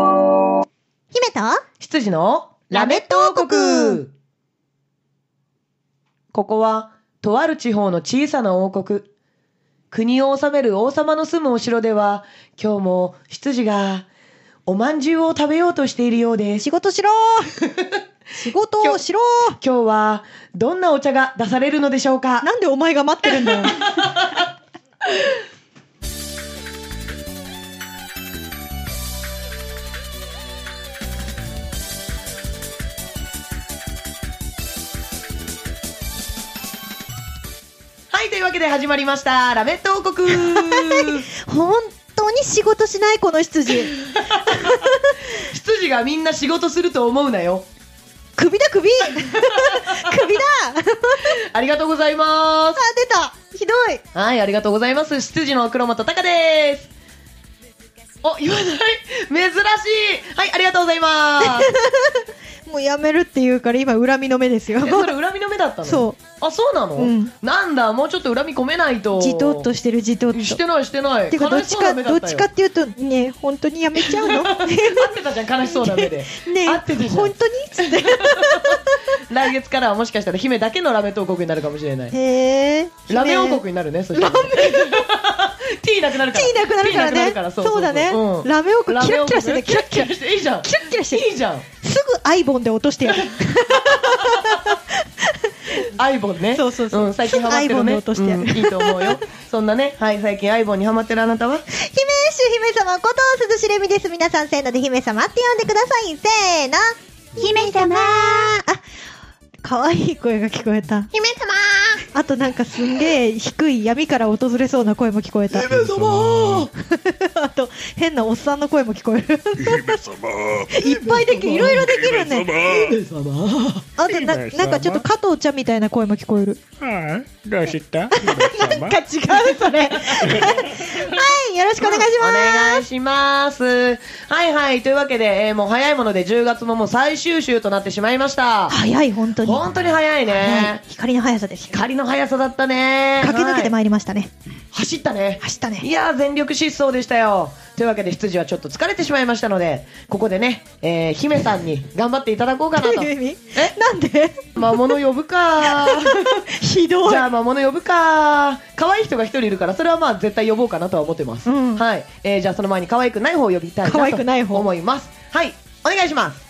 姫と羊のラメット王国ここは、とある地方の小さな王国。国を治める王様の住むお城では、今日も羊が、おまんじゅうを食べようとしているようです。仕事しろー仕事をしろー今日は、どんなお茶が出されるのでしょうかなんでお前が待ってるんだよ。はい、というわけで始まりました、ラメット王国 本当に仕事しないこの羊。羊がみんな仕事すると思うなよ。首だ首 首だ あ、ありがとうございます。出たひどいはい、ありがとうございます。執事の黒本隆です。お、言わない珍しいはい、ありがとうございます。もうやめるって言うから今恨みの目ですよえ、。 それ恨みの目だったの。そうあ、そうなの、うんなんだ、もうちょっと恨み込めないと。じとっとしてるじとっと。してない、してない。てかど悲っしちそうなか、目だどっったちよかっていうとね、本当にやめちゃうの ね合ってたじゃん、悲しそう な目で。合ってたじゃ本ん。当につって。来月からはもしかしたら姫だけのラメト王国になるかもしれない。へえ。ラメ王国になるね、そしたら。 ティーなくなるから。ティーなくなるからティーなくなね。そうそうそうだね、うんラメ王国ラキメラッ王キラして国ね、ねキキララッッキキラ。ラして、いいじゃん。キラッキラしてるいいじゃん。すぐアイボンで落として やる。アイボンね。、そうそうそうん最近ハマってるね。アイボンで落としてやるうんいいと思うよ。そんなね、はい、最近アイボンにハマってるあなたは姫主姫様こと涼しれみです。皆さんせーので姫様って呼んでください。せーの。姫様あ、可愛い声が聞こえた。姫様あとなんかすんげえ低い闇から訪れそうな声も聞こえた。様 あと変なおっさんの声も聞こえる。姫様 いっぱいでき、いろいろできるね。ね。あとななんかちょっと加藤ちゃんみたいな声も聞こえる。はい、どうしたなんか違うそれ。はい、よろしくお願いしおます。願いします。はいはい。というわけで、えーもう早いもので10月ももう最終週となってしまいました。早い本当に。本当に早いはいね。光の速さです。光の速さだったね。駆け抜けてはいまいりましたね。走ったね。走ったねいやー、全力疾走でしたよ。というわけで、羊はちょっと疲れてしまいましたので、ここでね、えー姫さんに頑張っていただこうかなど とう。いう意味えなん で魔物呼ぶか。ひ どい。じゃあ魔物呼ぶか可愛い人が一人いるからそれはまあ絶対呼ぼうかなとは思ってます、うんはい、えーじゃあその前に可愛くない方を呼びたいな可愛くない方と思いますはいお願いします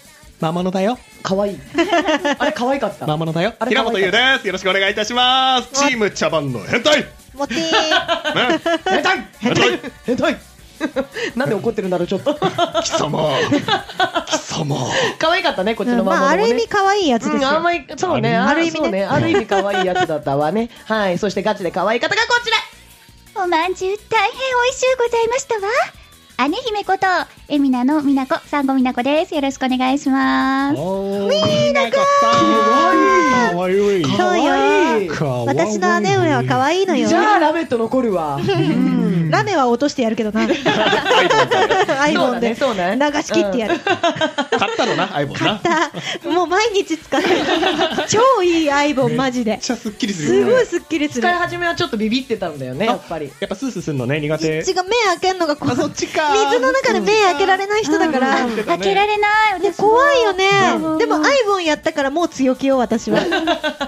魔物だよ。可愛いあれ可愛かった魔物だよ。あれ平本優です。よろしくお願いいたします。チーム茶番の変態。ねもってー。変態変態変態 なんで怒ってるんだろうちょっ と貴様。貴様。可愛かったねこっちの魔物まあ、もあねる意味可愛いやつですうん、あんよ。まり、そうね、ある意味ねそうね、ある意味可愛いやつだったわね。はい、そしてガチで可愛い方がこちらおまんじゅう大変美味しゅうございましたわ。姉姫こと、えみなのみなこ、さんごみなこです。よろしくお願いします。おー、なんかさん。かわいい。そうよ可愛いかわいい。私の姉上は可愛いのよじ。ゃあ、ラメット残るわ。うんラメは落としてやるけどな。 アイボンで。そうだねそうだね流し切ってやる。買ったのな、アイボンな。買った。もう毎日使ってる。超いいアイボン、マジでめっ。ちゃすっきりするすよね。ごいスッキリする使い。始めはちょっとビビってたんだよね、やっぱり。やっぱスースーすんのね、苦手。違う、目開けんのが怖い。あそっちか水の中で目開けられない人だから。うん開けられない。ね、私も怖 いよねう。んでも、アイボンやったからもう強気よ、私 は。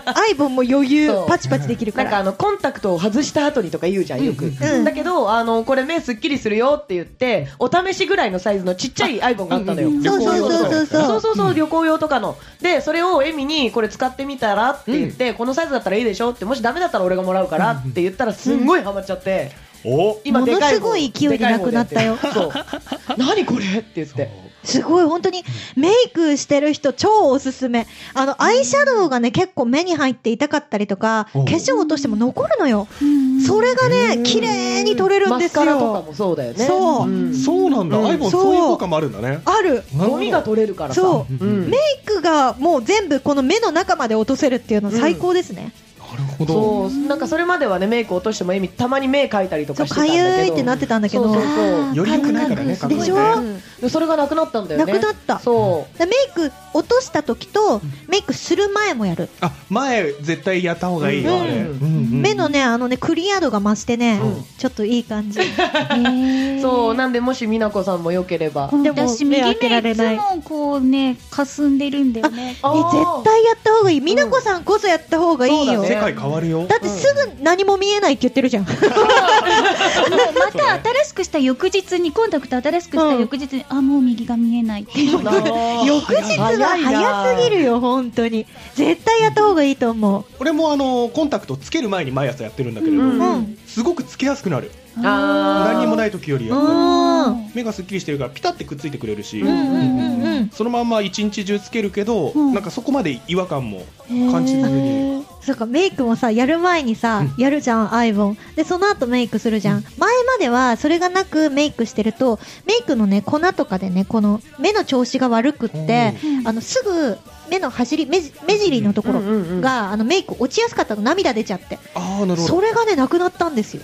アイボンも余裕そ、うパチパチできるかなんかあら。の、コンタクトを外した後にとか言うじゃん、よく。うんだけど、あの、これ目すっきりするよって言って、お試しぐらいのサイズのちっちゃいアイボンがあったのよ。そうそうそうそうそうそうそうそう、旅行用とかの。で、それをエミに、これ使ってみたらって言って、このサイズだったらいいでしょって、もしダメだったら俺がもらうからって言ったら、すんごいハマっちゃって、お。今でかものい方すごい勢いでなくなったよでかい方でやってる そう。何これって言って。すごい、本当に、メイクしてる人、超おすすめ。あの、アイシャドウがね、結構目に入って痛かったりとか、化おう粧落としても残るのよ。うんそれがね、綺麗に取れるんマでスすカラとかよ。もそうだよね。そうんそうなんうんだ。アイボンそうそういう効果もあるんだね。ある。ゴミが取れるからさ。そううんメイクがもう全部この目の中まで落とせるっていうの最高ですね。なるほほど。そうなんかそれまではねメイク落としてもエミたまに目描いたりとそう、かしてたかんだけどゆいってなってたんだけど。そうそうあーより良くないからね感で覚しょ感だ覚かでそれがなくなったんだよねなくなったそらメイク落とした時と、メイクする前もやる。あ、前絶対やった方がいいよ、あれ。うんうん目の。ね、あのね、クリア度が増してねうん、ちょっといい感じ。うねそうなんでもし美奈子さんもよければでも私、目右目開けられいつないもこうね、霞んでるんだよね。あえ絶対やった方がいい。美奈子さんこそやった方がいいそうよ。だ世ね界変わるよ。だってすぐ何も見えないって言ってるじゃん。もうまた新しくした翌日に、コンタクト新しくした翌日に、あ、もう右が見えないって。翌翌日は早すぎるよ、本当に。絶対やった方がいいと思う。俺もあのコンタクトつける前に毎朝やってるんだけれど、うんうん。すごくつけやすくなる。あー何にもない時よりやっぱりうん。目がすっきりしてるからピタってくっついてくれるし、うんうんうんうん。そのまんま一日中つけるけど、うんなんかそこまで違和感も感じずに、そうか、メイクもさ、やる前にさ、やるじゃん、アイボン。で、その後メイクするじゃん。前までは、それがなくメイクしてると、メイクのね、粉とかでね、この、目の調子が悪くって、うんあの、すぐ、目の走り、目じ目尻のところうんうんうんが、あの、メイク落ちやすかったの、涙出ちゃって。ああなるほそどれがね、なくなったんですよ。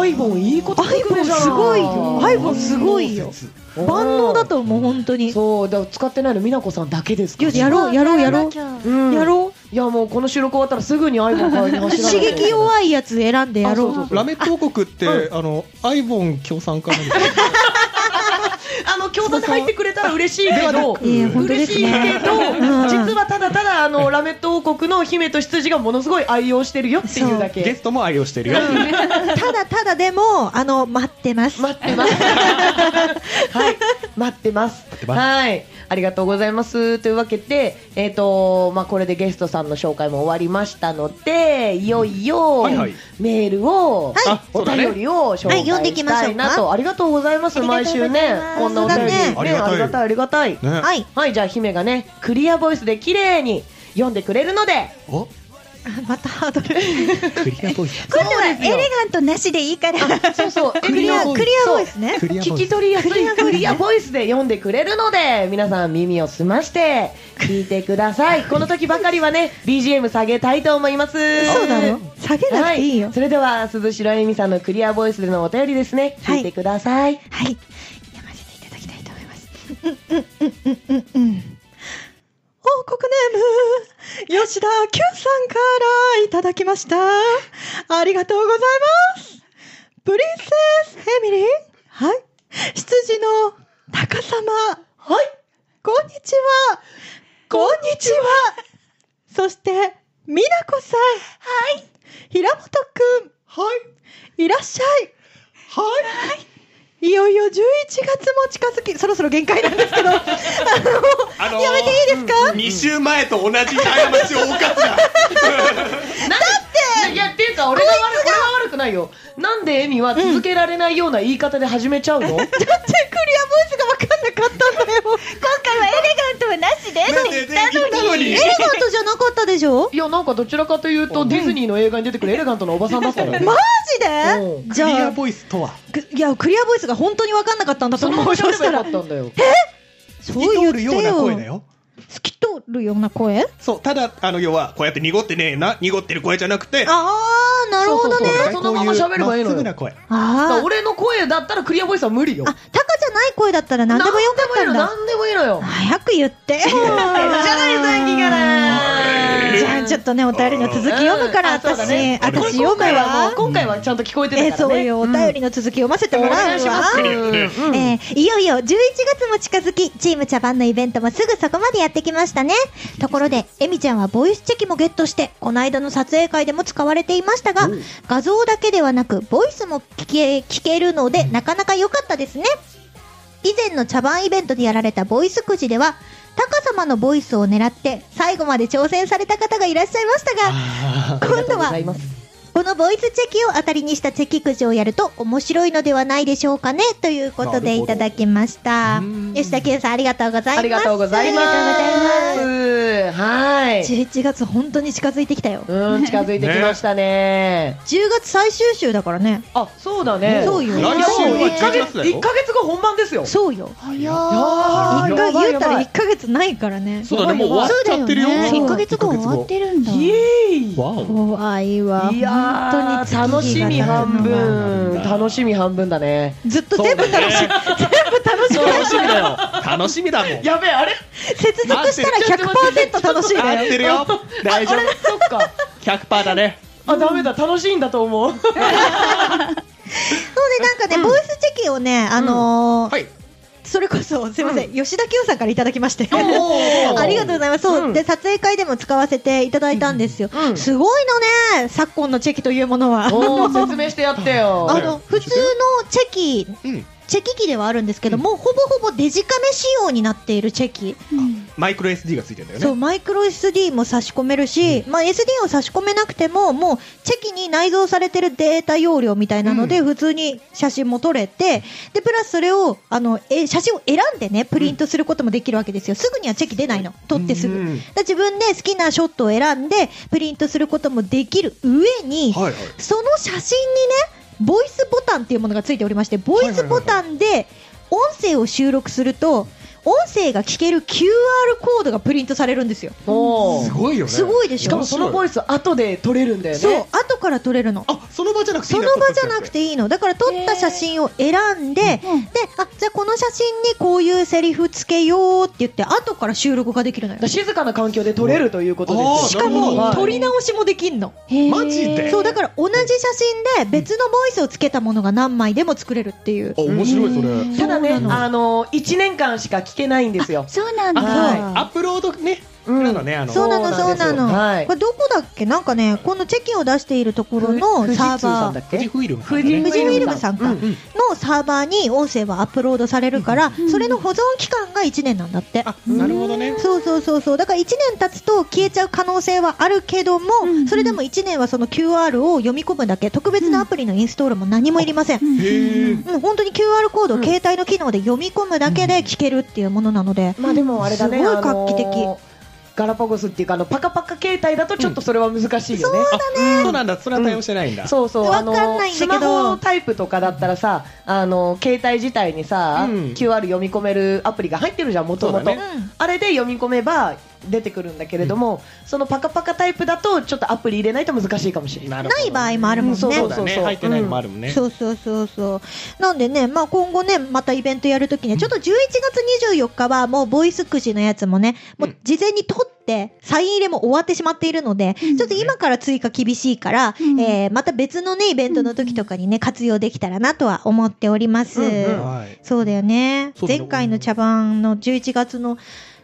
アイボンいいことアイ聞くボねンじゃんすごいよ。アイボンすごいよ。万能だと思う、本当に。そうだから使ってないの美奈子さんだけですかいらややろうやろうやろううんやろいやもうこの収録終わったらすぐにアイボン買いにう走らな刺激い弱いやつ選んでやろあそうう。ラメット王国ってああのアイボン協賛かなん かあの共産で入ってくれたら嬉しいけどいや本当で嬉すしいけね。ど、ん実はただただあのラメット王国の姫と執事がものすごい愛用してるよっていうだゲけ。ストも愛用してるよ、ただただでも、あの、待ってます。待ってます。はい、待ってます。ってますはい、ありがとうございます。というわけで、えっ、とまあこれでゲストさんの紹介も終わりましたので、いよいよ、はいはいメールを、はいあおそうだね便りを紹はい介読んでいきしまたしょういかなと、ありがとうございます。ありがと毎うございま週すね、こんなお便り、そうだねねありがたいありがたい。ねはい。 はい、じゃあ姫がね、クリアボイスで綺麗に読んでくれる ので、おあまたハードル。ククリアボイ ス今度はエレガントなしでいいから。そうそう、クリア、クリアボイスね。クリア聞ボイきス取りやすいクリアボイスで読んでくれるので、皆さん耳を澄まして聞いてく ださい。この時ばかりはね、BGM 下げたいと思います。そうだろ下げなくはていいよい、。それでは鈴代えみさんのクリアボイスでのお便りですね、はい聞いてください。はい。読ませていただきたいと思います。うんうんうんうんうんうん。報告ネーム、吉田久さんからいただきました。ありがとうございます。プリンセス・エミリー。はい。羊の高様。はい。こんにちは。こんにちは。そして、美奈子さん。はい。平本くん。はい。いらっしゃい。はい。いよいよ11月も近づき、そろそろ限界なん ですけど、あの、あのーやめていいですか、 2週前と同じ過ちを犯すなだっていや、っていうか、俺が悪く、俺は悪くないよ。なんでエミは続けられないような言い方で始めちゃうの、だってクリアボイスが分かんなかったんだよ。今回はエレガントはなしでなんでで言ったのにエレガントじゃなかったでしょいや、なんかどちらかというと、ディズニーの映画に出てくるエレガントなおばさんだったよね。マうジでクじリゃアあ、ボイスとはくいや、クリアボイスが本当に分かんなかったんだとその思う。まましゃそべしればたよら、透かったんだよ。透き通るような声だよき通るような声そうただあの要はこうやって濁ってねえな濁ってる声じゃなくてあー、なるほどね。そうそうそのまま喋ればいいまっのよすぐな声だからあー。俺の声だったらクリアボイスは無理よ。あ、タカじゃない声だったら何でもよかったんだ。何でもいいのよ。何でもいいのよ。早く言って。じじゃないさっきから。じゃあちょっとね、お便りの続き読むから、うんあそう私だね。私これ読む今回はわもう。今回はちゃんと聞こえてたからえね。そういうお便りんの続き読ませてもおら願ういしまわす。。うんえーいよいよ11月も近づき、チーム茶番のイベントもすぐそこまでやってきましたね。ところで、エミちゃんはボイスチェキもゲットして、この間の撮影会でも使われていましたが、画像だけではなく、ボイスも聞け、聞けるので、なかなか良かったですね。以前の茶番イベントでやられたボイスくじでは、タカ様のボイスを狙って、最後まで挑戦された方がいらっしゃいましたが、ありが今とう度ごはざいます。このボイスチェキを当たりにしたチェキくじをやると面白いのではないでしょうかねということでいただきましなたるほどうーん吉田圭さんありがとうございますありがとうございます。ありがとうございますん。はい。 11月本当に近づいてきたよ10うん、近づいてきましたね。月最終週だからねあ、そうだね。そうよいやもう来週は一ヶ11月だ月、よ一ヶ月が本番ですよ。そうよ早あ一ーかやばい言ったらやばい1ヶ月ないからねそうだね、もう終わっちゃってるよ。そうだよね。そう1ヶ月後終わってるんだ。イエーイ。わお。怖いわいや本当ー、に楽月しみ日が経半つのは分。楽しみ半分だね。ずっと全部楽しい、そう全部楽しく楽しみだよ。楽しみだも ん。やべえ、あれ切実したら100%楽しい合だっよてるよ。大丈あれそっか。夫。100%だね。 あ、ダメだ。楽しいんだと思う。そうねなんかね、ボイスチェキをねあのーはい。それこそすいません、吉田清さんからいただきましておーありがとうございます。そう、うんで撮影会でも使わせていただいたんですよ。うんすごいのね、昨今のチェキというものは。おー説明してやってよ。あの普通のチェキ、うん。チェキ機ではあるんですけども、ほぼほぼデジカメ仕様になっているチェキ、うんマイクロ SD がついてんだよね。そうマイクロ SD も差し込めるし、まあ、SD を差し込めなくても、もうチェキに内蔵されてるデータ容量みたいなので、普通に写真も撮れて、でプラスそれをあのえ写真を選んでね、プリントすることもできるわけですよ、すぐにはチェキ出ないの、撮ってすぐ。うんだから自分で好きなショットを選んでプリントすることもできる上に、はいはい。その写真にねボイスボタンっていうものがついておりましてボイスボタンで音声を収録すると音声が聞ける QR コードがプリントされるんですよ。おーすごいよね。すごいでしょしかもそのボイス後で撮れるんだよね。そう後から撮れるのあ、その場じゃなくていそいんのだ場じゃなく。ていいのだから撮った写真を選んで、でうんあじゃあこの写真にこういうセリフつけようって言って後から収録ができるのよだから静かな環境で撮れるということですよあーしかもはい撮り直しもできんのへーマジでそうだから同じ写真で別のボイスをつけたものが何枚でも作れるっていうあ、面白いそれ。ただね、そうなのあの一年間しか聞けないんですよ。そうなんあだ。はいアップロードね。うんなのね、あの。そうなのそそうなんうなですよの、はいこれどこだっけなんかねこのチェキを出しているところふの富士サ通ーさバんーだっけ？フイルム富士富士フィルムさんか、うんうんのサーバーに音声はアップロードされるから、それの保存期間が1年なんだってあ、なるほどね。そうそうそうそうだから1年経つと消えちゃう可能性はあるけども、うんそれでも1年はその QR を読み込むだけ特別なアプリのインストールも何もいりません、うんへえ。うん、本当に QR コードを携帯の機能で読み込むだけで聞けるっていうものなので、まあでもあれだね。すごい画期的あのガラパゴスっていうかあのパカパカ携帯だとちょっとそれは難しいよね。そうなんだ、それは対応してないんだ。そうそう、あのわかんないんだけスどマホタイプとかだったらさ、あの携帯自体にさ、うん QR 読み込めるアプリが入ってるじゃん、もともそうとだうね。んあれで読み込めば出てくるんだけれども、そのパカパカタイプだとちょっとアプリ入れないと難しいかもしれない。なない場合もあるもんね、うんそうそうだだねね。入入っっててなないいのものもああるもんね。そうそうそうそう。なんでね、まあ今後ね、またイベントやるときね、ちょっと11月24日はもうボイスくじのやつもね、もう事前に取って、サイン入れも終わってしまっているので、うんちょっと今から追加厳しいから、うんえーまた別のね、イベントの時とかにね、活用できたらなとは思っております。うんうんはい。そうだよね。そうだね前回の茶番の11月の、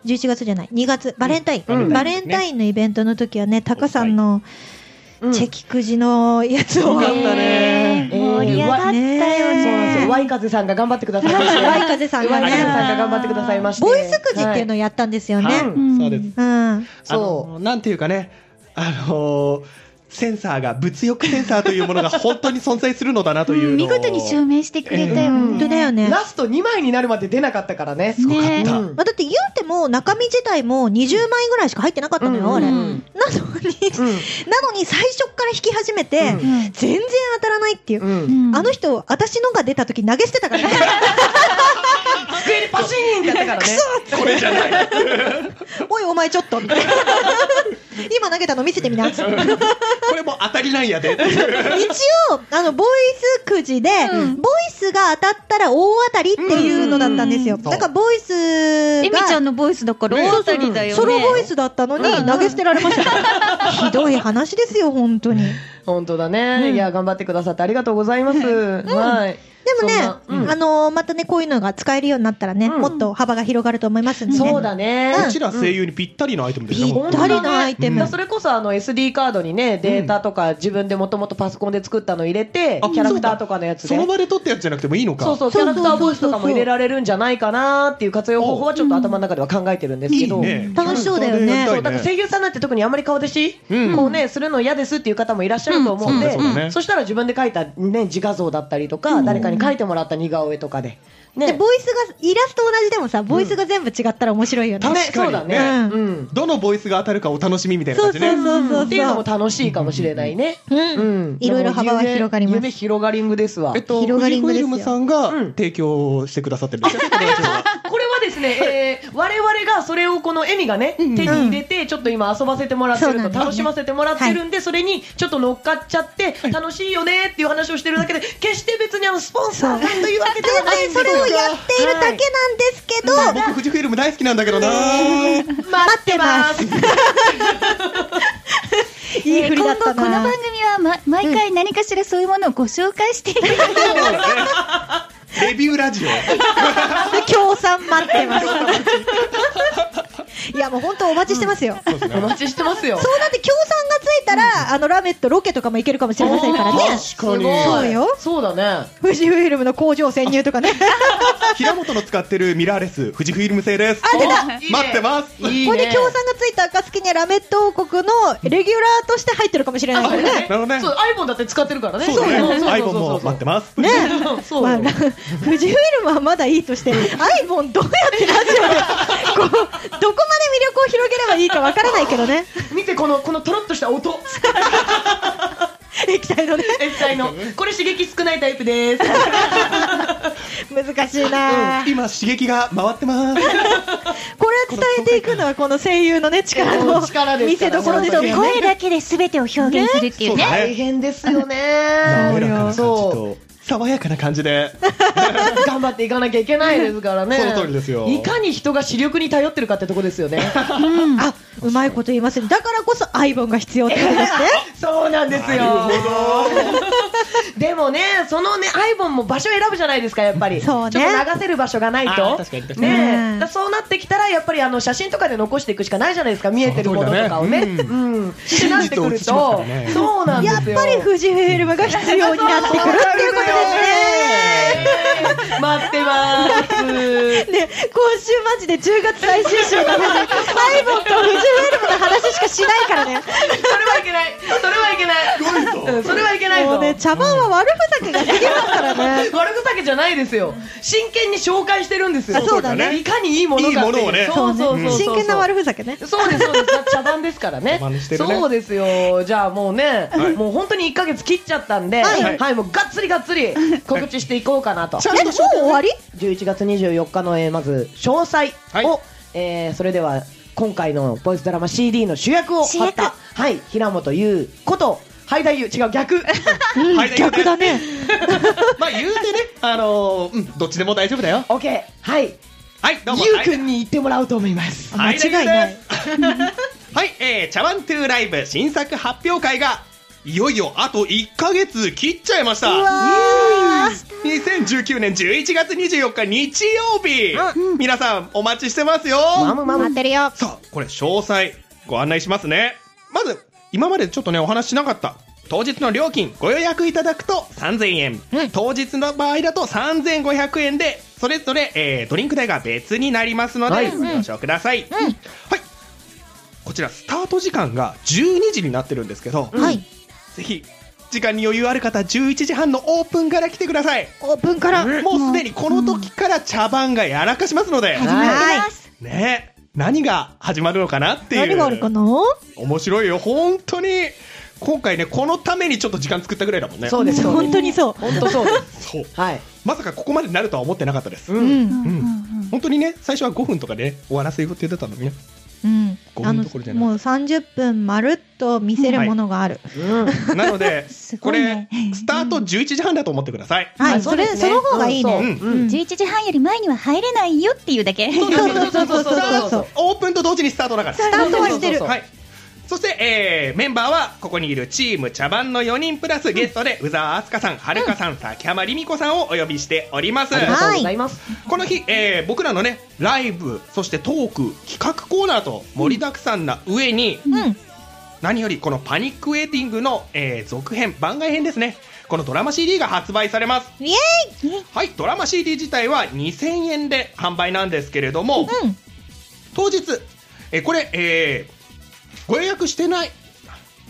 11月じゃない、2月、バレンタイン。うんバレンタインのイベントの時はね、タカさんのうんチェキくじのやつを、よかったねえー盛り上がったねそうなんよですねよ。。ワイカゼさんが頑張ってくださいまし て。ワイカゼさんがねワイカゼさんが頑張ってくださいまして。ボイスくじっていうのをやったんですよね。はいんそうです。うん、そうあのなんていうかね、あのーセンサーが物欲センサーというものが本当に存在するのだなというのを見事に証明してくれたよね。本当だよね。ラスト2枚になるまで出なかったからね。ねたうんまあ、だって言うても中身自体も20枚ぐらいしか入ってなかったのよ、あれ。うなんのに、なのに最初から引き始めて、うん全然当たらないっていう。うんうんうんあの人、私のが出た時投げ捨てたからね。机にパシーンってやったからね。これじゃないおい、お前ちょっと、みたいな。今投げたの見せてみな。一これも当たりなんやで応、あの、ボイスくじで、うんボイスが当たったら大当たりっていうのだったんですよ。んだから、ボイスが。エミちゃんのボイスだからね大当たりだよね。ソロボイスだったのにうんうん投げ捨てられま した。ひどい話ですよ、本当に。で 本当だね。いや、頑張ってくださってありがとうございます。はい。もね、そんなあのーまたね、こういうのが使えるようになったらね、うんもっと幅が広がると思いますんうんでね。そうだね。うちら声優にぴったりのアイテムでしぴょったりのアイテム。だからそれこそあの SD カードにねデータとか自分でもともとパソコンで作ったの入れて、あキャラクターとかのやつそでの場で撮ったやつじゃなくてもいいのかそうそうキそうャそうそうそうラクターボイスとかも入れられるんじゃないかなっていう活用方法はちょっと頭の中では考えてるんですけど。ね楽しそうだよねキそャラクターでやりたいうだから声優さんなんて特にあんまり顔出し、うんこうねするの嫌ですっていう方もいらっしゃると思うんで、うんそうだねそうだねそしたら自分で書いた、ね、自画像だったりとか、誰かに書描いてもらった似顔絵とかで。で、ね。ボイスが、イラスト同じでもさ、ボイスが全部違ったら面白いよね。うんね確かそうにだね。ねうん。どのボイスが当たるかお楽しみみたいなそう感じそうね。そうそう。っていうのも楽しいかもしれないね。うんうん。いろいろ幅は広がります夢夢広がりングですわ。えっと、広がりんフぐですよジフィルムさんがうん提供してくださってるんですよね、このラジオはこれはですね、えー、我々がそれをこのエミがね、手に入れて、ちょっと今遊ばせてもらってそうるなと、んですね楽しませてもらってるんで、それにちょっと乗っかっちゃって、楽しいよねっていう話をしてるだけで、決して別にあの、スポンサーというわけでは全ない然んですそよれをやっているだけなんですけど、あ 僕、フジフィルム大好きなんだけどな待ってます。いい振りだった今後このな番。組は、ま、毎回何かしらそういうものをご紹介していく、レビューラジオ。協賛待ってます。 いやもう本当お待ちしてますよ。そうです おね待ちしてますよ。そうだって協賛がついたら、あのラメットロケとかも行けるかもしれませんからね。確かにすごいそうよそうだね。富士フィルムの工場潜入とかね。平本の使ってるミラーレス、富士フィルム製です。あ出たおいいね待ってますいいここね。に協賛がついた暁にはラメット王国のレギュラーとして入ってるかもしれないですよね。なるほどねそう、iPhone だって使ってるからね。そうだね。アイボンも待ってまます。ねす。そうまあ、よな富士フィルムはまだいいとして、アイボンどうやってラジオで、こう、どこまで魅力を広げればいいかわからないけどね。見て、この、このとろっとした音。液体のね、液体の。これ刺激少ないタイプです。難しいな、今、刺激が回ってます。これ伝えていくのはこの声優のね、力の力ですからね見せどころですよね。声だけで全てを表現するっていうねね大変ですよね。滑らかな感じそと、爽やかな感じで。う。頑張っていかなきゃいけないですからね。その通りですよいかに人が視力に頼ってるかってとこです よね。あ、うまいこと言いますね。だからこそアイボンが必要ってことですね。そうなんですよ。でもね、そのね、アイボンも場所選ぶじゃないですか、やっぱり。そうねちょっと流せる場所がないあと。ー確かに確かにねうえんだそうなってきたら、やっぱりあの写真とかで残していくしかないじゃないですか、見えてるものとかをね。その通りだねうん。ってなってく真実をる映しますとからね、そうなんでやっすよ。ぱり富士フィルムが必要になってくるっていうことですね。ね。待ってます。ね、今週マジで10月最終週がね、アイボンと富士フィルムの話しかしないからね。それはいけない。それはいけない。うんそれはいけないもぞう。ね、茶番は悪ふざけが過ぎますからね。悪ふざけじゃないですよ。真剣に紹介してるんですよ。あそうだねいかにいいものかってういいものをねそうそうそうそう。真剣な悪ふざけね。そうですそうです。茶番ですからね。茶番してるねそうですよ。じゃあもうね、もう本当に一ヶ月切っちゃったんで、はいはい、もうがっつりがっつり告知していこうかなと。え、もう終わり11月24日の、えーまず詳細を、えーそれでは今回のボイスドラマ CD の主役を主張っ役た、はい、平本優ことハイダ優違う逆はい逆だね。まあ、言うてね、あのー、うんどっちでも大丈夫だよ。オッケーはいはい、どうも。優くんに言ってもらおうと思います間違いない。はい、えー、茶碗トゥーライブ新作発表会が、いよいよあと1ヶ月切っちゃいました。2019年11月24日日曜日、皆さんお待ちしてますよ。マムマムってるよさあ、これ詳細ご案内しますね。まず、今までちょっとね、お話ししなかった。当日の料金、ご予約いただくと3000円。当日の場合だと3500円で、それぞれ、えードリンク代が別になりますので、はいご了承ください。はい。こちら、スタート時間が12時になってるんですけど、はい。ぜひ、時間に余裕ある方、11時半のオープンから来てください。オープンから。もうすでにこの時から茶番がやらかしますので、始まってますね何が始まるのかなっていう。何があるかな面白いよ本当に今回ねこのためにちょっと時間作ったぐらいだもんねそうですそう本です当にそう。本当そうですそうはいまさかここまでになるとは思ってなかったです、ううんん。本当にね最初は5分とかで、ね、終わらせる予定だったのにねうん。ゴあミののところじゃないもう30分まるっと見せるものがある。なの ですこごいれねスタート11時半だと思ってくださいはい。あそれ、うですその方がいいね。うんそううん11時半より前には入れないよっていうだけそうそうそうそうそうそうそう。オープンと同時にスタートだからスタートはしてる。はいそして、えーメンバーはここにいるチーム茶番の4人プラスゲストで宇沢明日香さん、はるかさん、崎浜りみ子さんをお呼びしております。ありがとうございますこの日、えー僕らのねライブそしてトーク企画コーナーと盛りだくさんな上に、うん。何よりこのパニックウェイティングの、えー続編番外編ですねこのドラマ CD が発売されますイエーイはいドラマ CD 自体は2000円で販売なんですけれども、うん。当日、えーこれ、えーご予約してない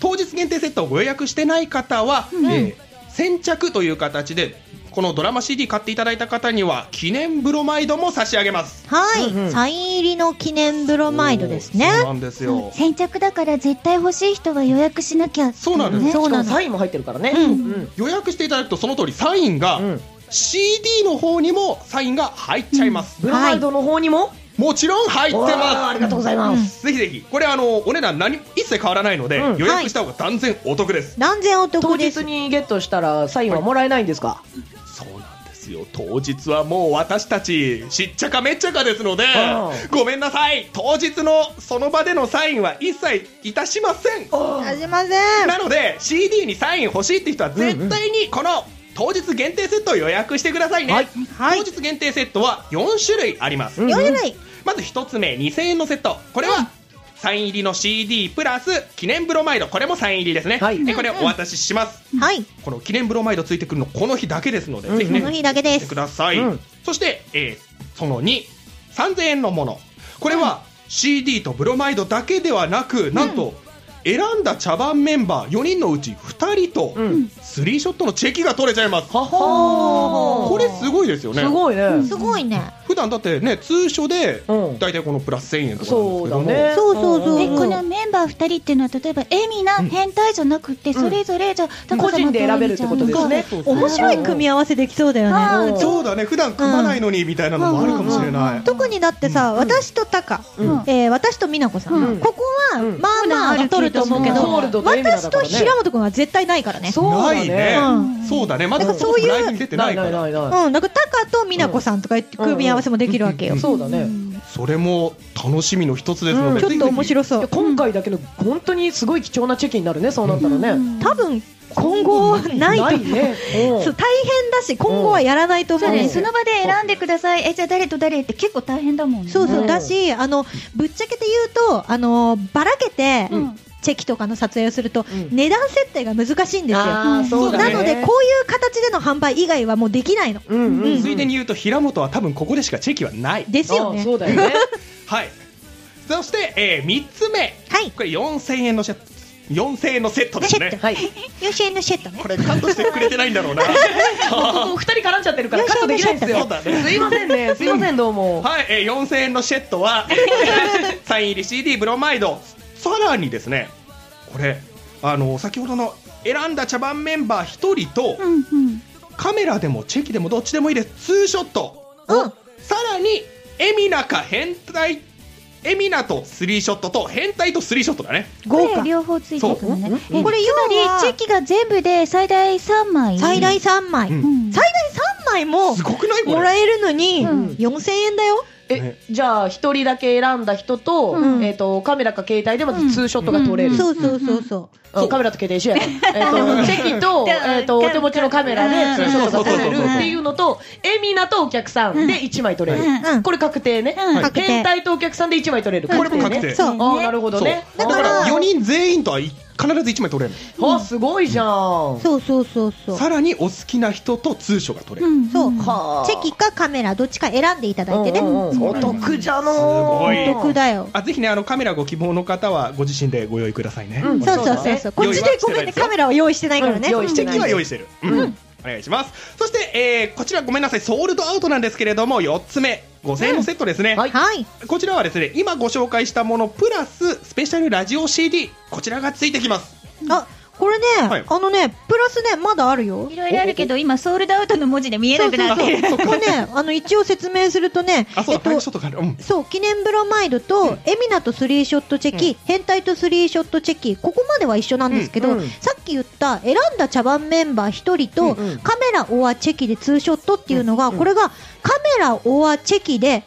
当日限定セットをご予約してない方は、えー先着という形でここのドラマ CD 買っていただいた方には記念ブロマイドも差し上げますはい、うんうんサイン入りの記念ブロマイドですねそうなんですよ先着だから絶対欲しい人は予約しなきゃ。そうなんです、ねそうなのサインも入ってるからね。うんうん予約していただくとその通りサインが、うん CD の方にもサインが入っちゃいます、ブロマイドの方にも。もちろん入っておーまありがとうございます。すぜひぜひこれあのお値段何一切変わらないので、うん予約した方が断然お得です、断然お当得です日にゲットしたらサインはもらえないんですか。そうなんですよ当日はもう私たちしっちゃかめっちゃかですのでうごめんなさい当日のその場でのサインは一切いたしませんあすいませんなので CD にサイン欲しいって人は絶対にこの当日限定セットを予約してくださいね、はいはい当日限定セットは4種類あります、うん4種類まず1つ目2000円のセットこれはサイン入りの CD プラス記念ブロマイドこれもサイン入りですね、はいでこれをお渡ししますはいこの記念ブロマイドついてくるのこの日だけですので、うんぜひこねの日だけでしてすください、うんそして、えーその23000円のものこれは CD とブロマイドだけではなく、なんと選んだ茶番メンバー4人のうち2人とうんスリーショットのチェキが取れちゃいます、はこれすごいですよねすごいね。すごいね普段だってね通所でうん大体このプラス1000円とかなんでそすけうどそうそだね。も、うそうんえんこのメンバー2人っていうのは例えばエミな変態じゃなくてそれぞれじゃあ個人で選べるってことですね。面白い組み合わせできそうだよねあそうだね普段組まないのにみたいなのもあるかもしれない、特にだってさ、私とタカ、うんえー私と美奈子さん、うんここは、うんまあまあ取ると思うけど、うんゴールドとエミナだ私からとね平本君は絶対ないからねそうだないねね。そうだねまだなんかそういうライブに出てなないいかないらないない。うん、だからタカと美奈子さんとかって組み合わせもできるわけよ、うんそうだね。それも楽しみの一つですので、うんちょっと面白そいやう今回だけど本当にすごい貴重なチェキになるね。そうなったらね。多分今後ないとな思ういね。うんそう大変だし今後はやらないと思そうう、だね、そその場で選んでください、えじゃあ誰と誰って結構大変だもんね。うそううんだしあのぶっちゃけて言うとあのばらけて、うんチェキとかの撮影をすると、うん値段設定が難しいんですよあーそうだなねのでこういう形での販売以外はもうできないのうんうんうんついでに言うと平本は多分ここでしかチェキはないですよあねそうだよね。はいそして、え3つ目はいこれ4000円のセット4000円のセットですねはい。 4 0円のシェットねこれカットしてくれてないんだろうなもう二人絡んじゃってるからカットできないんですよ。そうだねすいませんね。すいませんどうも。はい、えー4000円のシェットはサイン入り CD ブロマイドさらにですねこれあの先ほどの選んだ茶番メンバー1人と、うんうんカメラでもチェキでもどっちでもいいですツーショットをさらにエミナか変態エミナとスリーショットと変態とスリーショットだね豪こ華れ両方ついてくるのね。そうえこれ要はつまりチェキが全部で最大3枚。最大3枚、うんうん最大3枚もすごくないこれもらえるのにうん4000円だよ、えじゃあ一人だけ選んだ人と、うんえっ、とカメラか携帯でまずツーショットが撮れる。うんそうそうそうそうあカメラと携帯一緒や。えっとチェキとえっとお手持ちのカメラでツーショットが撮れるっていうのと、エミナとお客さんで一枚撮れる。うんうんこれ確定ね。うん確定変態とお客さんで一枚撮れる。これも確定ねそうああなるほどね。そうだだかからら4人全員とはい必ず1枚取れるあすごいじゃん。はそうそうそうそうさらにお好きな人とツーショットが取れうる、んそうあ。チェキかカメラどっちか選んでいただいてね、うんうんうんお得じゃのー。すお得だよあぜひねあのカメラご希望の方はご自身でご用意くださいね、うんそうそうそうそうこっちでごめんねカメラは用意してないからね、うん用意してチなェいキは用意してる、うんお願いしますそして、えーこちらごめんなさいソールドアウトなんですけれども4つ目5000円のセットですね、んはいはいこちらはですね今ご紹介したものプラススペシャルラジオ CD こちらがついてきますあこれね、はいあのねプラスねまだあるよいろいろあるけど今ソールドアウトの文字で見えなくなってる。そうこれ ねあの一応説明するとねあそうだ、話しとかあるうんそう記念ブロマイドと、エミナとスリーショットチェキ、変態とスリーショットチェキここまでは一緒なんですけど、うんうんさっき言った選んだ茶番メンバー1人と、うんうんカメラオアチェキでツーショットっていうのが、これがカメラオアチェキで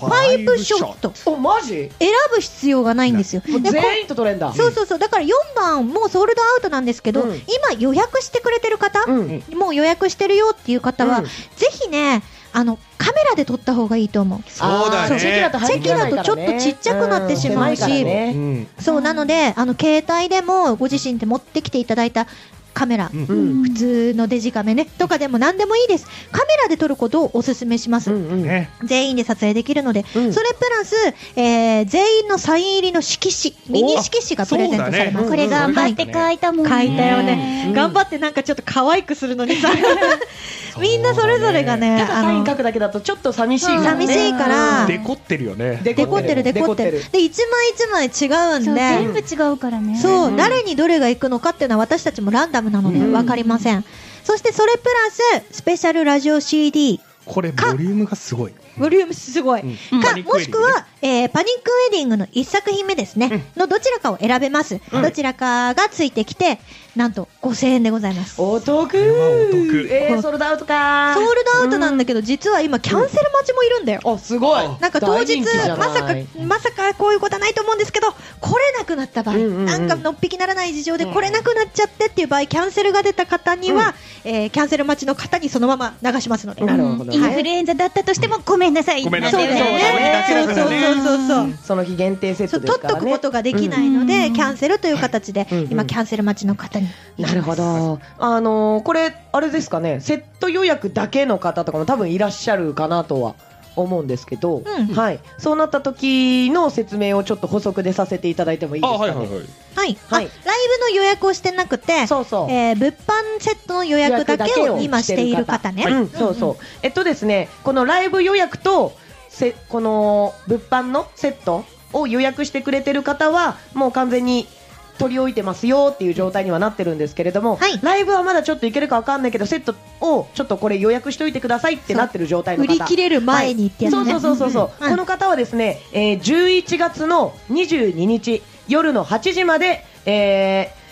フファイブショットおマジ？選ぶ必要がないんですよ。もうでこ全員と撮れんだ。そうそうそうだから4番もうソールドアウトなんですけど、うん今予約してくれてる方、うん。もう予約してるよっていう方は、うんぜひねあのカメラで撮った方がいいと思うそうだねチェキだと入りきらないからねチェキだとちょっとちっちゃくなってしまうしん狭いからねうんそうなのであの携帯でもご自身で持ってきていただいたカメラ、うんうん普通のデジカメねとかでも何でもいいですカメラで撮ることをおすすめします、うんうんね。全員で撮影できるので、うんそれプラス、えー全員のサイン入りの色紙ミニ色紙がプレゼントされます、あそうだねこれ頑張って書いたもんね。書いたよね、頑張ってなんかちょっと可愛くするのにさみんなそれぞれがねなんかサイン書あくだけだとちょっと寂しいかのらね寂しいからデコってるよね。デデコってるデコってるで一枚一枚違うそんう、で全部違うからね。そう、うん誰にどれが行くのかっていうのは私たちもランダムなのでうん分かりません、そしてそれプラススペシャルラジオ CD これかボリュームがすごい。ボリュームすごい、うんか、パニックもウェディしンくグねは、えーパニックウェディングの一作品目ですね、のどちらかを選べます、うんどちらかがついてきてなんと5000円でございますソお得れはお得えー、ソールドアウトかールドアウトなんだけど、実は今キャンセル待ちもいるんだよ、あすごいなんか当日大人気じゃないまさかまさかこういうことはないと思うんですけど来れなくなった場合、うんうんうんなんかのっぴきならない事情で来れなくなっちゃってっていう場合キャンセルが出た方には、えーキャンセル待ちの方にそのまま流しますので、なるほどインフルエンザだったとしても、ごめんなさい。ごめんなそさういだよねねそうそうそうそうそう、その日限定セッそうトです取っからとねくことができないので、うんキャンセルという形で、うんうん今キャンセル待ちの方になるほどあのーこれあれですかねセット予約だけの方とかも多分いらっしゃるかなとは思うんですけど、うんはいそうなった時の説明をちょっと補足でさせていただいてもいいであ、すかはねいはいはい。はい、はいあライブの予約をしてなくてそうそう、えー物販セットの予約だけを今している方ね、うん、そうそう、えっとですねこのライブ予約とせこの物販のセットを予約してくれてる方はもう完全に取り置いてますよっていう状態にはなってるんですけれども、はいライブはまだちょっといけるかわかんないけどセットをちょっとこれ予約しておいてくださいってなってる状態の売方り切れる前にってやつね、そうそうそうそう、うんうんこの方はですね、えー、11月の22日夜の8時まで、えー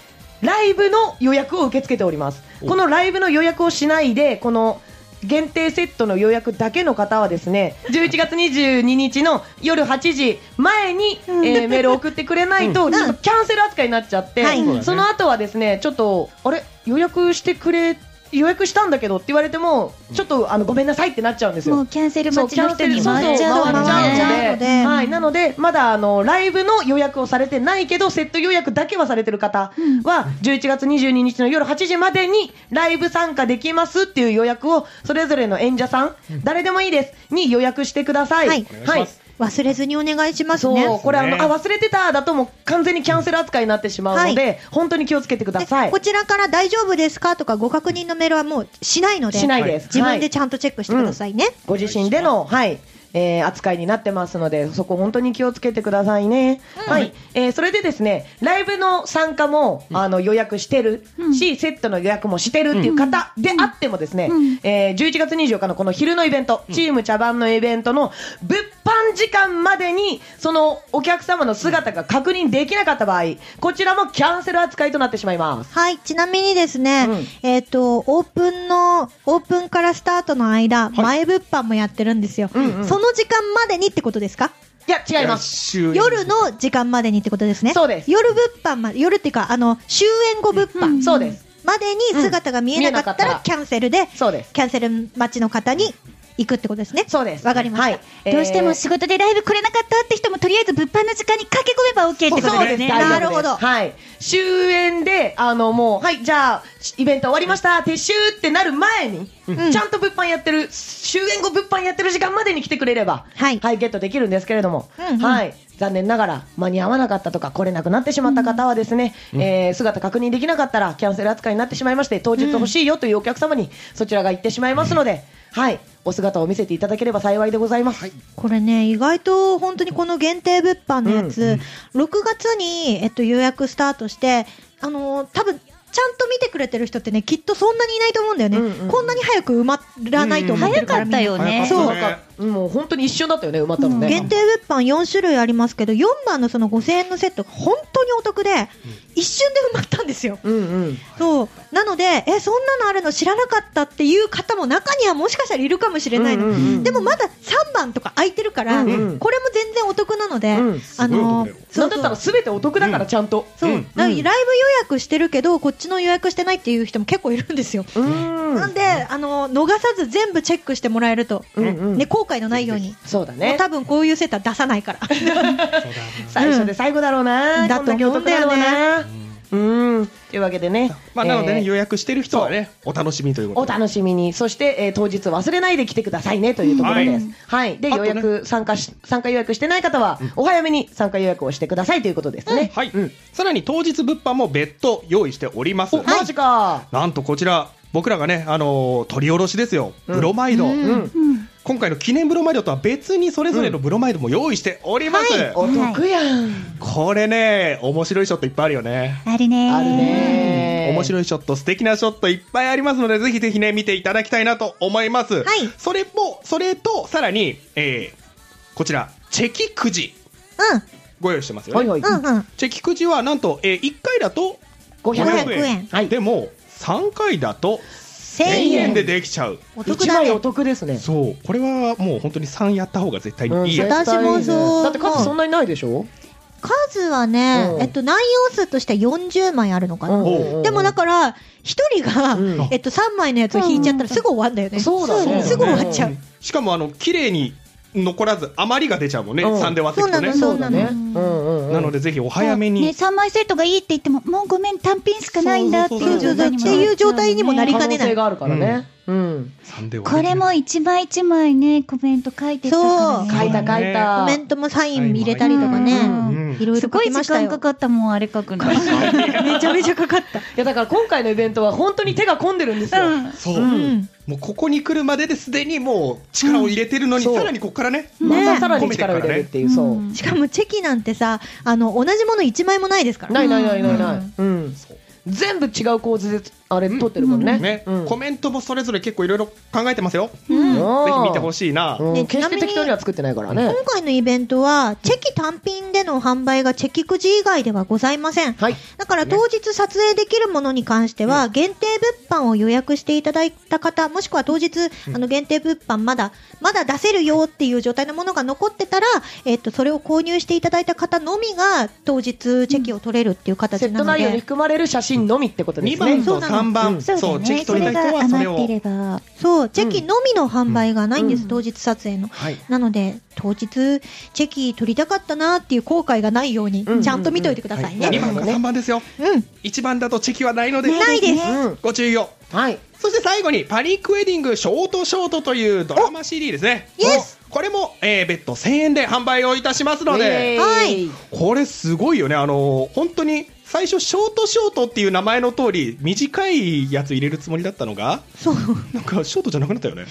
ライブの予約を受け付けておりますおこのライブの予約をしないでこの限定セットの予約だけの方はですね11月22日の夜8時前に、えーメールを送ってくれないと、ちょっとキャンセル扱いになっちゃって、はいそうだねその後はですねちょっとあれ予約してくれ予約したんだけどって言われてもちょっとあのごめんなさいってなっちゃうんですよもうキャンセルそう待ちの人に回っちゃうキャンセルそうそうもん回っちゃ回っちゃううのね。のでで、はい、なのでまだあのライブの予約をされてないけどセット予約だけはされてる方は11月22日の夜8時までにライブ参加できますっていう予約をそれぞれの演者さん、誰でもいいですに予約してください。はいお願いします忘れずにお願いしますねそうこれあのねあ忘れてただともう完全にキャンセル扱いになってしまうので、は本当に気をつけてくだでさいこ。ちらから大丈夫ですかとかご確認のメールはもうしないのでしないです。自分はでいちゃんとチェックしてくださいね、ご自身での、はい、えー扱いになってますので、そこ本当に気をつけてくださいね。はい、えーそれでですね、ライブの参加も、あの予約してるし、セットの予約もしてるっていう方であってもですね、うんえー11月24日のこの昼のイベント、チーム茶番のイベントの物販時間までに、そのお客様の姿が確認できなかった場合、こちらもキャンセル扱いとなってしまいます。はい、ちなみにですね、うえっ、と、オープンの、オープンからスタートの間、前物販もやってるんですよ、んうんその時間までにってことですかいや、違います。週に夜の時間までにってことですね。そうです夜物販まで、夜っていうか、あの、終演後物販。うんそうです。までに姿が見えなかったうん見えらなかったらキャンセルで、そうです。キャンセル待ちの方に行くってことですね。そうです。わかりました。はいえーどうしても仕事でライブ来れなかったって人も、とりあえず物販の時間に駆け込めば OK ってことそうだでよす、ね。大丈夫ですなるほどはい。終演で、あの、もう、はい、じゃあ、イベント終わりました、撤収ってなる前に、んちゃんと物販やってる、終演後物販やってる時間までに来てくれれば、はいゲットできるんですけれども、うんうんはい。残念ながら間に合わなかったとか来れなくなってしまった方はですね、えー姿確認できなかったらキャンセル扱いになってしまいまして当日欲しいよというお客様にそちらが行ってしまいますので、はい、お姿を見せていただければ幸いでございます。これね、意外と本当にこの限定物販のやうんつ、6月に、えっと、予約スタートして、あのー多分ちゃんと見てくれてる人ってね、きっとそんなにいないと思うんだよね。うんうんこんなに早く埋まらないと思って早るか、からったよね。そうなんかもう本当に一瞬だったよね埋まったのね。うん限定物販4種類ありますけど、4番のその5000円のセットが本当にお得で、一瞬で埋まったんですよ。うんうん。そう。なので、え、そんなのあるの知らなかったっていう方も中にはもしかしたらいるかもしれないの。うんうんうんでもまだ3番とか空いてるから、うんうんこれも全然お得なので、うんあのーすなごいお得だよんだったら全てお得だからちゃんと。そう、うんだからライブ予約してるけど、こっちの予約してないっていう人も結構いるんですよ。うんなんで、あの逃さず全部チェックしてもらえると、うんうんね、後悔のないように。そうだもうね。多分こういうセットは出さないから。最初で最後だろうな。だと思うんだよねこんだけお得だろうな。うん。というわけでね。まあ、なのでね、えー予約してる人はね、お楽しみというおことで。楽しみに。そして、えー当日忘れないで来てくださいねというところです。はい。で、あと予ね約、参加し、参加予約してない方は、お早めに参加予約をしてくださいということですね。はい、うん。さらに当日物販も別途用意しております。お、マジか。なんとこちら、僕らがね、あのー取り下ろしですよ。うんブロマイド。うん。うん。今回の記念ブロマイドとは別にそれぞれのブロマイドも用意しております。お得やん。これね、面白いショットいっぱいあるよね。あるねーあるね。面白いショット、素敵なショットいっぱいありますので、ぜひぜひね、見ていただきたいなと思いまはす。いそれも、それと、さらに、えー、こちら、チェキくじ、ご用意してますよはね。いはい。うんうんうんチェキくじは、なんと、えー、1回だと500 500円。円はいでも、3回だと1000 1000円円でできちゃう。お得1だ枚ねお得ですね。そう、これはもう本当に3やった方が絶対うんにいいや絶私もそうだって数そんなにないでしょ数はね、うんえっと、内容数としては40枚あるのかな、おでもだから一人が、うんえっと、3枚のやつを引いちゃったらすぐ終わるんだよね、そうだねすすぐ終わっちゃう、うんしかも、あの、綺麗に残らず、余りが出ちゃうもんね、うん3で割っていくとね。そそううだなのね。うんうんうんなので、ぜひお早めに。ね、3枚セットがいいって言っても、もうごめん、単品しかないんだっていう状態にもそうそうそうそうっていう状態にもなり可か能ねない性があるからね。うん。三でこ割れれるも一枚一枚ね、コメント書いてたから、ね。そう書いた書いた。コメントもサイン入れたりとかね、うんうんいろいすろご書いきま時した間よかかったもん、あれ書くの。うめちゃめちゃかかった、いやだから今回のイベントは本当に手が込んでるんですよ。ん。そう、うんうん、もうここに来るまでですでにもう力を入れてるのに、うんそうさらにここからね、まねたさらに力を入れるっていう、そう。んしかもチェキなんてさあの同じもの1枚もないですからないないないないなういん。うん。そう全部違う構図であれ撮ってるもんね。ねうんコメントもそれぞれ結構いろいろ考えてますよ、うん今ぜひ見てほしい。しいな、うんね決して適当には作ってないからね。回のイベントはチェキ単品での販売がチェキくじ以外ではございませんはい。だから当日撮影できるものに関しては、限定物販を予約していただいた方、もしくは当日、あの限定物販まだ、まだ出せるよっていう状態のものが残ってたら、えっと、それを購入していただいた方のみが、当日チェキを取れるっていうセ形ッなトの内容にで、含まれる写真のみってことで2すね番。そうとなの3うん番、そうだそう、ねチェキ取りたい人はそそれれがを、余ってれば。そう、チェキのみの販売がないんです、うん当日撮影の。はい、なので、当日、チェキ取りたかったなっていう後悔がないように、うんちゃんと見といてくださいね。 2番か3番ですよ、うん、 1番だとチェキはないので、ないです。うん。ご注意を。はい。そして最後に「パニックウェディングショートショート」というドラマ CD ですねお Yes これも、えー、別途1000円で販売をいたしますのでイエーイはいこれすごいよねあの本当に最初ショートショートっていう名前の通り短いやつ入れるつもりだったのが そう。なんかショートじゃなくなったよね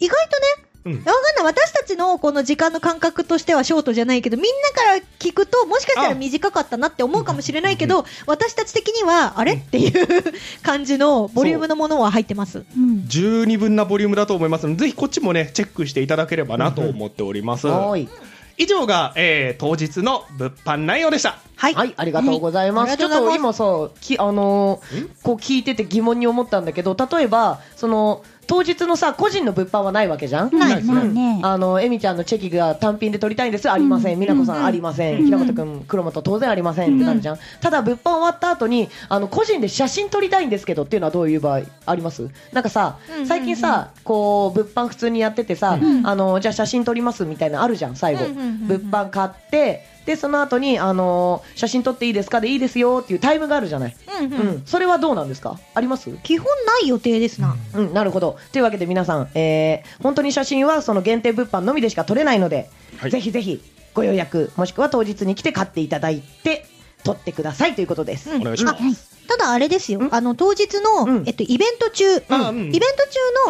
意外とね、うわんかんない。私たちのこの時間の感覚としてはショートじゃないけど、みんなから聞くと、もしかしたらあ短かったなって思うかもしれないけど、私たち的には、あれっていう感じのボリュームのものは入ってます。うん。十二分なボリュームだと思いますのでぜひこっちもねチェックしていただければなと思っております、はい。以上が、えー、当日の物販内容でしたはい。はい、ありがとうございます。はいちょっと今さ、きあのーこう聞いてて疑問に思ったんだけど、例えばその当日のさ個人の物販はないわけじゃん。ないないね。あのえみちゃんのチェキが単品で取りたいんですありません、美奈子さん、ありません、平本君、黒本当然ありませんってなるじゃん、ただ物販終わった後にあの個人で写真撮りたいんですけどっていうのはどういう場合ありますなんかさ、最近さこう物販普通にやっててさ、あのじゃあ写真撮りますみたいなのあるじゃん最後、うんうんうんう物ん販買ってでその後にあの写真撮っていいですかでいいですよっていうタイムがあるじゃない、うんううんん、それはどうなんですかあります基本ない予定ですな。うん、なるほど。というわけで皆さん、えー本当に写真はその限定物販のみでしか撮れないので、はいぜひぜひご予約、もしくは当日に来て買っていただいて、撮ってくださいということです。うんお願いしますあただあれですよん、あの当日の、うんえっと、イベント中、イベンあトうん中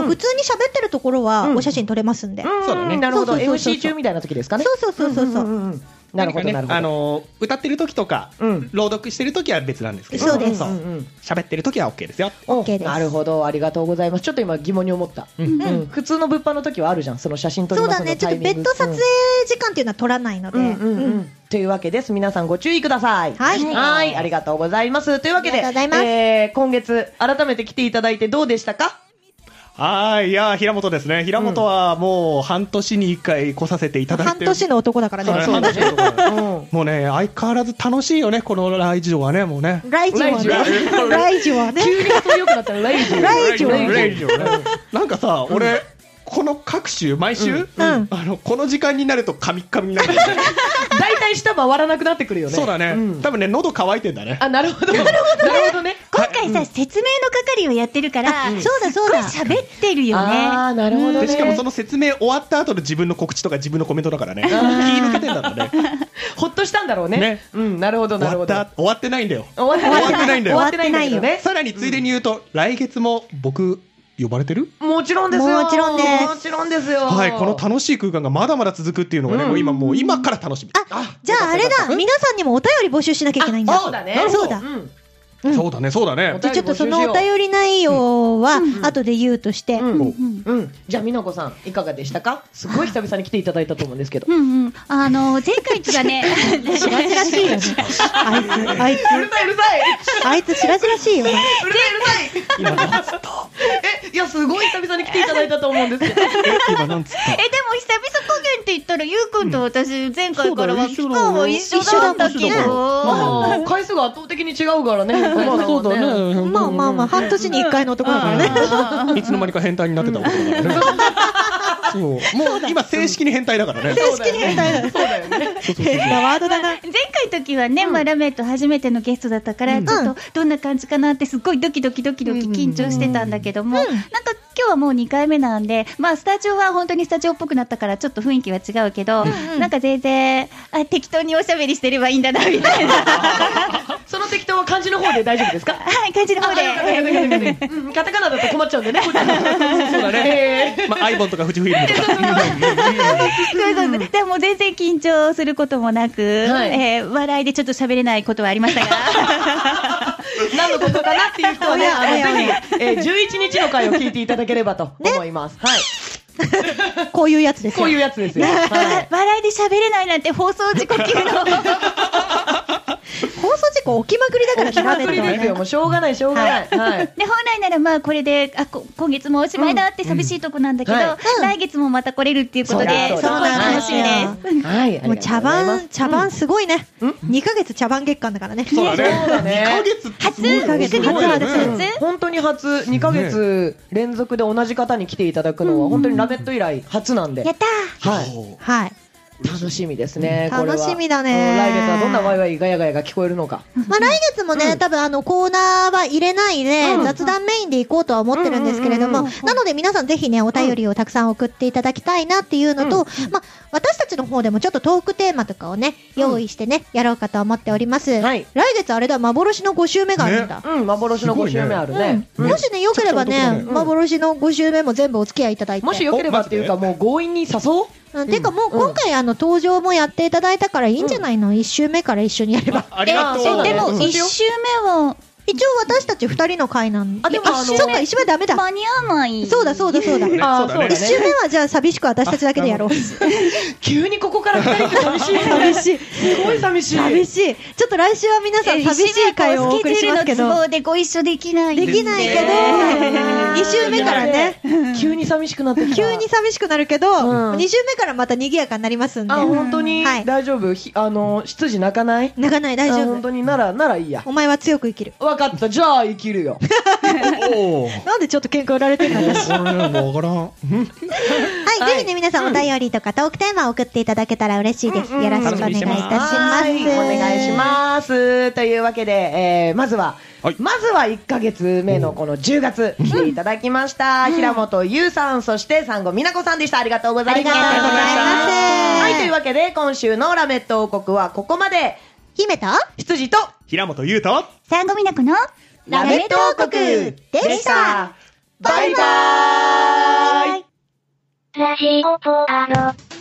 の普通に喋ってるところは、うんお写真撮れますんで。うんそうだねなるほど。そうそうそうそう MC 中みたいな時ですかそうね。そうそうそうそう。んんんなるほど、なるほど。んかねあのー歌ってる時とか、うん朗読してる時は別なんですけどそうですうんうん喋ってる時は OK ですようん、 OK ですなるほど、ありがとうございます。ちょっと今疑問に思った。うんうん普通の物販の時はあるじゃん、その写真撮りそうますだのね、ちょっとタイミン別グ途撮影時間っていうのは取らないので。うんうんうんうんというわけです。皆さんご注意ください。はいありがとうございます。というわけで、ありがとうございますえー今月、改めて来ていただいてどうでしたかはーい、いやー、平本ですね。平本はもう半年に一回来させていただい半てる。年の男だからね。はいそうだね半年のところうん。もうね、相変わらず楽しいよね、このラジオはね、もうね。ライジはね。 ライジはね。急に発音良くなったら、ライジオ。ライジオラジオねなんかさ、俺、この各週、毎週、んあの、この時間になるとカミッカミになる。大体舌回らなくなってくるよね。そうだね、ん多分ね、喉乾いてんだね。あ、なるほど。なるほどね。今回さ、説明の係をやってるから、そうだそうだすっごい喋ってるよあね。あ、なるほどでね。しかもその説明終わった後の自分の告知とか自分のコメントだからね。気抜けてんだろうね。ほっとしたんだろうね。ねうん、なるほど、終なるわほど。った、終わってないんだよ。終わ終わってないんだよ終わってないんだけどね。さらについでに言うと、来月も僕、呼ばれてるもちろんですよ。もちろんですもちろんですよ。はい、この楽しい空間がまだまだ続くっていうのがね、うんもう今もう今から楽しみ。あ、じゃああれだ、皆さんにもお便り募集しなきゃいけないんだ。あそうだね。そうだ。んうんそうだね、そうだね。じゃあちょっとそのお便り内容は後で言うとして。うんおうんうん、じゃあ、美奈子さん、いかがでしたかすごい久々に来ていただいたと思うんですけど。うんうん。あの、前回とかね、しらじらしいよね。あいつ、あいうるさい、うるさいつ、あいつしらじらしいよね。うるさい、うるさいえ、いや、すごい久々に来ていただいたと思うんですけど。今なんつっえ、でも久々加減って言ったら、ゆうくんと私、前回からはそうだよ期間は一緒一緒だなんだけ一緒だど。まあ、回数が圧倒的に違うからね。まあ、そうだね。まあまあまあ、半年に一回の男だからね。あいつの間にか変態になってた男だからね。そう、もう今正式に変態だからね。正式に変態だ。そうだよね。変なワードだな。前回時はね、まあ、ラメット初めてのゲストだったから、ちょっとどんな感じかなってすっごいドキドキドキドキ緊張してたんだけども、なんか今日はもう2回目なんで、まあ、スタジオは本当にスタジオっぽくなったからちょっと雰囲気は違うけど、なんか全然あ適当におしゃべりしてればいいんだなみたいなその適当は漢字の方で大丈夫ですかはい感じの方で。うんカタカナだと困っちゃうんでね。そうだね。まあ、アイボンとかフジフィルムとか。そうそう そう。でも全然緊張することもなく、はいえー笑いでちょっと喋れないことはありましたが、何のことかなっていう人 はね、あおやおやのぜひ、えー、11日の回を聞いていただければと思います。はい。 こういうやつですこようい。うやつですよ。はい。 笑いで喋れないなんて放送事故級の。放送事故起きまくりだから気ま調べくるりのはですよ。ね。もうしょうがない、しょうがない。はい。で本来ならまあこれであこ今月もおしまいだって寂しいとこなんだけど、うんはい来月もまた来れるっていうことで、そうだすごい楽しみでそうなんす。はい。もう茶番、茶番すごいね。2ヶ月茶番月間だからね。そうだね。そうだね2ヶ月ってすごいよ初二ヶ月すごいよね初うん本当に初、2ヶ月連続で同じ方に来ていただくのは、本当にラベット以来初なんでやっ。たはい。そうはい。楽しみですね。うんこれは楽しみだねうん来月はどんなワイワイガヤガヤが聞こえるのか。まあ来月もね、多分あのコーナーは入れないで、雑談メインで行こうとは思ってるんですけれども、なので皆さんぜひね、お便りをたくさん送っていただきたいなっていうのと、まあ私たちの方でもちょっとトークテーマとかをね、用意してね、やろうかと思っております。はい来月あれだ、幻の5週目があるんだ。うん、幻の5週目あるね。うんもしね、良ければちょっとおね得、だ幻の5週目も全部お付き合いいただいて。もしよければっていうか、おもう強引に誘おうう。んてかもう今回あの登場もやっていただいたからいいんじゃないの ?1 週目から一緒にやれば。ありがと。そうだねでもうん1周目は一応私たち2人の会なんで。あでもあのそうか、1週目ダメだ。間に合わない。そうだそうだそうだ。ねあーそうだ一ね。周目はじゃあ寂しく私たちだけで やろう。急にここから2人って寂し い。寂しい。すごい寂しい。寂しい。ちょっと来週は皆さん寂しい会をお送りしますけスケジュールの都ど。合でご一緒できないできないけど、2週 目からね、 急に寂しくなってきた。急に寂しくなるけど、うん2週目からまた賑やかになりますんで。あ、本当にはい大丈夫。ひあの、執事泣かない泣かない、大あ丈本夫。当になら、ならいいや。お前は強く生きる。わかった。じゃあ生きるよ。おーなんでちょっと喧嘩売られてるの私。これはもうわからん。はい、ぜひね、皆さんお便りとかトークテーマを送っていただけたら嬉しいです。よろしくお願いいたします。はいお願いします。というわけで、えーまずは、はいまずは1ヶ月目のこの10月、来ていただきました。平本優さん、そして産後美奈子さんでした。ありがとうございました。ありがとうございますはい、というわけで、今週のラメット王国はここまで、姫と羊と、平本優太産後美奈子のラメット王国でした。バイバーイラジオポアド。